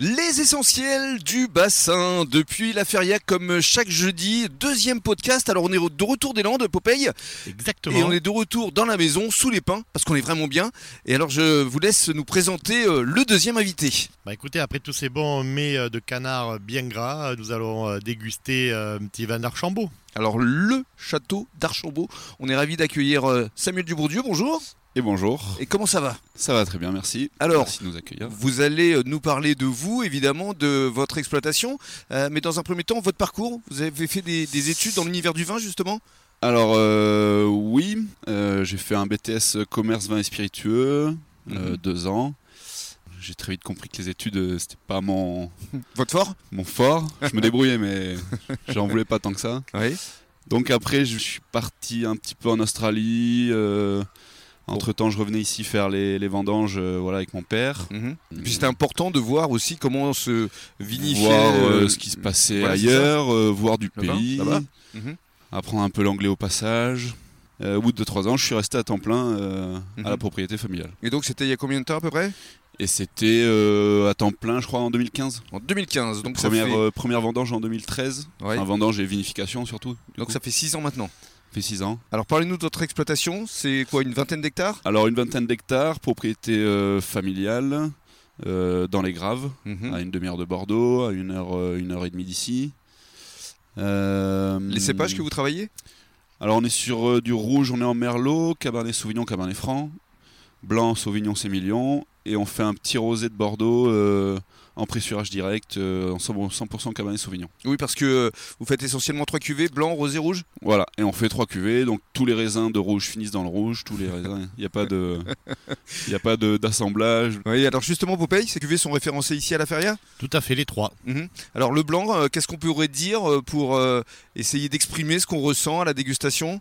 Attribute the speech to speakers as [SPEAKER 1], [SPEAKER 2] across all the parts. [SPEAKER 1] Les essentiels du bassin depuis la feria comme chaque jeudi, deuxième podcast. Alors on est de retour des Landes, Popeye,
[SPEAKER 2] Exactement.
[SPEAKER 1] et on est de retour dans la maison, sous les pins, parce qu'on est vraiment bien. Et alors je vous laisse nous présenter euh, le deuxième invité.
[SPEAKER 2] Bah écoutez, après tous ces bons mets euh, de canard bien gras, euh, nous allons euh, déguster euh, un petit vin d'Archambault.
[SPEAKER 1] Alors le château d'Archambault, on est ravi d'accueillir euh, Samuel Dubourdieu, bonjour.
[SPEAKER 3] Et bonjour,
[SPEAKER 1] Et comment ça va
[SPEAKER 3] ça va très bien, merci.
[SPEAKER 1] Alors,
[SPEAKER 3] merci de nous accueillir.
[SPEAKER 1] vous allez euh, nous parler de vous, évidemment, de votre exploitation, euh, mais dans un premier temps, votre parcours. Vous avez fait des, des études dans l'univers du vin, justement
[SPEAKER 3] Alors euh, oui, euh, j'ai fait un BTS commerce vin et spiritueux, euh,
[SPEAKER 1] Mhm.
[SPEAKER 3] deux ans. J'ai très vite compris que les études euh, c'était pas mon
[SPEAKER 1] Votre fort
[SPEAKER 3] mon fort. Je me débrouillais, mais j'en voulais pas tant que ça.
[SPEAKER 1] Oui.
[SPEAKER 3] Donc après, je suis parti un petit peu en Australie.
[SPEAKER 1] Oh.
[SPEAKER 3] entre temps, je revenais ici faire les, les vendanges, euh, voilà, avec mon père.
[SPEAKER 1] Et Puis c'était important de voir aussi comment se vinifiait
[SPEAKER 3] voir euh,
[SPEAKER 1] euh,
[SPEAKER 3] ce qui se passait
[SPEAKER 1] voilà, c'est
[SPEAKER 3] ailleurs, euh, voir du
[SPEAKER 1] Là-bas,
[SPEAKER 3] pays.
[SPEAKER 1] là-bas. Mhm.
[SPEAKER 3] apprendre un peu l'anglais au passage. Euh, au bout de 3 ans, je suis resté à temps plein euh,
[SPEAKER 1] Mhm.
[SPEAKER 3] à la propriété familiale.
[SPEAKER 1] Et donc c'était il y a combien de temps à peu près
[SPEAKER 3] Et c'était euh, à temps plein, je crois, en 2015.
[SPEAKER 1] En 2015. Donc, ça fait,
[SPEAKER 3] première, euh, première vendange en 2013.
[SPEAKER 1] ouais.
[SPEAKER 3] Enfin, vendange et vinification surtout. du
[SPEAKER 1] donc
[SPEAKER 3] coup.
[SPEAKER 1] ça fait 6 ans maintenant.
[SPEAKER 3] fait 6 ans.
[SPEAKER 1] Alors parlez-nous de votre exploitation. C'est quoi, une vingtaine d'hectares
[SPEAKER 3] Alors, une vingtaine d'hectares, propriété euh, familiale, euh, dans les Graves,
[SPEAKER 1] Mhm.
[SPEAKER 3] à une demi-heure de Bordeaux, à une heure, euh, une heure et demie d'ici. Euh,
[SPEAKER 1] Les cépages que vous travaillez
[SPEAKER 3] Alors on est sur euh, du rouge, on est en merlot, cabernet sauvignon, cabernet franc, blanc sauvignon sémillon et on fait un petit rosé de Bordeaux euh, en pressurage direct euh, en 100%, 100% cabernet sauvignon.
[SPEAKER 1] Oui, parce que euh, vous faites essentiellement trois cuvées, blanc, rosé, rouge.
[SPEAKER 3] Voilà, et on fait trois cuvées, donc tous les raisins de rouge finissent dans le rouge, tous les raisins, il n'y a pas de il y a pas de- d'assemblage.
[SPEAKER 1] Oui, alors justement, Popeye, ces cuvées sont référencées ici à la feria
[SPEAKER 2] Tout à fait, les trois.
[SPEAKER 1] Mhm. Alors le blanc, euh, qu'est-ce qu'on pourrait dire euh, pour euh, essayer d'exprimer ce qu'on ressent à la dégustation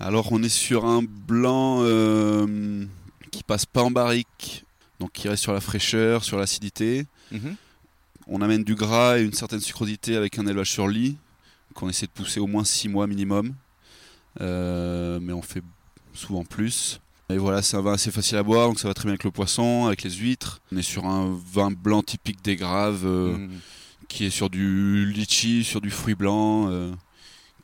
[SPEAKER 3] Alors on est sur un blanc euh, qui passe pas en barrique, donc qui reste sur la fraîcheur, sur l'acidité.
[SPEAKER 1] Mhm.
[SPEAKER 3] On amène du gras et une certaine sucrosité avec un élevage sur lit, qu'on essaie de pousser au moins 6 mois minimum. Euh, mais on fait souvent plus. Et voilà, c'est un vin assez facile à boire, donc ça va très bien avec le poisson, avec les huîtres. On est sur un vin blanc typique des graves, euh,
[SPEAKER 1] Mhm.
[SPEAKER 3] qui est sur du litchi, sur du fruit blanc, euh,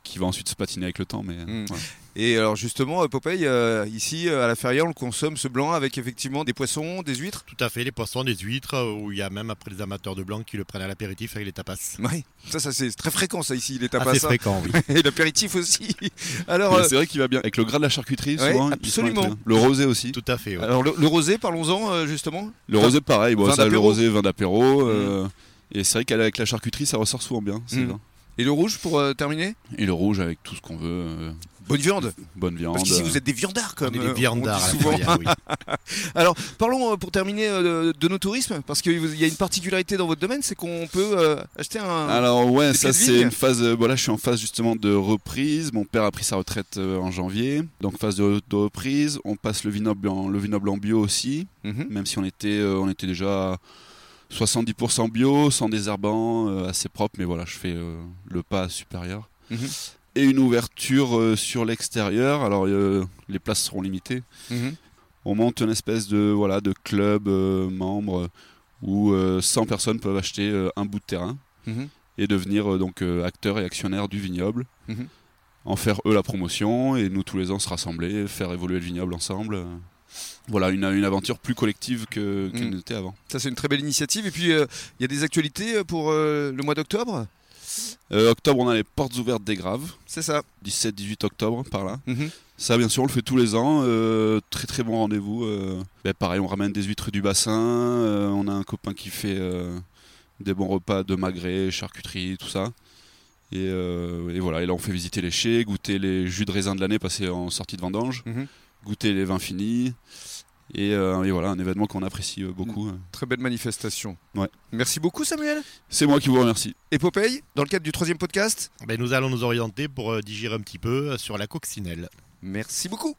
[SPEAKER 3] qui va ensuite se patiner avec le temps. Mais
[SPEAKER 1] Mm.
[SPEAKER 3] voilà.
[SPEAKER 1] Et alors justement, euh, Popeye, euh, ici euh, à la feria, on le consomme ce blanc avec effectivement des poissons, des huîtres.
[SPEAKER 2] Tout à fait, les poissons, des huîtres, euh, où il y a même après les amateurs de blanc qui le prennent à l'apéritif avec les tapas.
[SPEAKER 1] Oui, ça, ça c'est très fréquent ça ici, les tapas.
[SPEAKER 2] Assez
[SPEAKER 1] hein.
[SPEAKER 2] Ah, fréquent, oui.
[SPEAKER 1] Et l'apéritif aussi. Alors,
[SPEAKER 3] Mais
[SPEAKER 1] euh,
[SPEAKER 3] c'est vrai qu'il va bien avec le gras de la charcuterie,
[SPEAKER 1] Ouais,
[SPEAKER 3] souvent. il se marie
[SPEAKER 1] absolument.
[SPEAKER 3] très bien. Le rosé aussi.
[SPEAKER 2] Tout à fait, ouais.
[SPEAKER 1] alors le, le rosé, parlons-en euh, justement.
[SPEAKER 3] Le rosé, pareil. Bon,
[SPEAKER 1] Vin
[SPEAKER 3] ça, le
[SPEAKER 1] d'apéro.
[SPEAKER 3] rosé, vin d'apéro. euh, Et c'est vrai qu'avec la charcuterie, ça ressort souvent bien. ces
[SPEAKER 1] Mm.
[SPEAKER 3] vins.
[SPEAKER 1] Et le rouge pour euh, terminer
[SPEAKER 3] Et le rouge avec tout ce qu'on veut. euh,
[SPEAKER 1] Bonne viande.
[SPEAKER 3] bonne viande.
[SPEAKER 1] Parce qu'ici vous êtes des viandards
[SPEAKER 2] On
[SPEAKER 1] comme
[SPEAKER 2] est
[SPEAKER 1] euh,
[SPEAKER 2] des
[SPEAKER 1] on dit
[SPEAKER 2] viandards à la
[SPEAKER 1] souvent.
[SPEAKER 2] feria, oui.
[SPEAKER 1] Alors parlons euh, pour terminer euh, de, de nos tourismes, parce qu'il y a une particularité dans votre domaine, c'est qu'on peut euh, acheter un...
[SPEAKER 3] Alors ouais,
[SPEAKER 1] Des pieds
[SPEAKER 3] ça
[SPEAKER 1] de
[SPEAKER 3] c'est
[SPEAKER 1] vigne.
[SPEAKER 3] une phase. euh, voilà, je suis en phase justement de reprise. Mon père a pris sa retraite euh, en janvier, donc phase de, de reprise. On passe le vignoble, en, le vignoble en bio aussi,
[SPEAKER 1] Mhm.
[SPEAKER 3] même si on était, euh, on était déjà à 70% bio, sans désherbant, euh, assez propre. Mais voilà, je fais euh, le pas supérieur.
[SPEAKER 1] Mhm.
[SPEAKER 3] Et une ouverture euh, sur l'extérieur. Alors euh, les places seront limitées.
[SPEAKER 1] Mhm.
[SPEAKER 3] on monte une espèce de voilà de club euh, membre euh, où euh, 100 personnes peuvent acheter euh, un bout de terrain
[SPEAKER 1] Mhm.
[SPEAKER 3] et devenir euh, donc euh, acteurs et actionnaires du vignoble.
[SPEAKER 1] Mhm.
[SPEAKER 3] En faire eux la promotion et nous tous les ans se rassembler, faire évoluer le vignoble ensemble. euh. Voilà une, une aventure plus collective que- qu'elle
[SPEAKER 1] Mhm.
[SPEAKER 3] n'était avant.
[SPEAKER 1] Ça c'est une très belle initiative. Et puis euh, il y a des actualités euh, pour euh, le mois d'octobre,
[SPEAKER 3] Euh, octobre, on a les portes ouvertes des Graves,
[SPEAKER 1] c'est ça
[SPEAKER 3] 17-18 octobre par là.
[SPEAKER 1] Mhm.
[SPEAKER 3] Ça, bien sûr, on le fait tous les ans. euh, très très bon rendez-vous. euh. Ben, pareil, on ramène des huîtres du bassin. euh, on a un copain qui fait euh, des bons repas de magret, charcuterie, tout ça. Et, euh, et voilà, et là on fait visiter les chais, goûter les jus de raisin de l'année passés en sortie de vendange,
[SPEAKER 1] Mhm.
[SPEAKER 3] goûter les vins finis. Et, euh, et voilà, un événement qu'on apprécie euh, beaucoup. euh.
[SPEAKER 1] Très belle manifestation.
[SPEAKER 3] Ouais.
[SPEAKER 1] Merci beaucoup Samuel.
[SPEAKER 3] C'est moi qui vous remercie.
[SPEAKER 1] Et Popeye, dans le cadre du troisième podcast,
[SPEAKER 2] Ben, nous allons nous orienter pour euh, digérer un petit peu euh, sur la coccinelle.
[SPEAKER 1] merci beaucoup.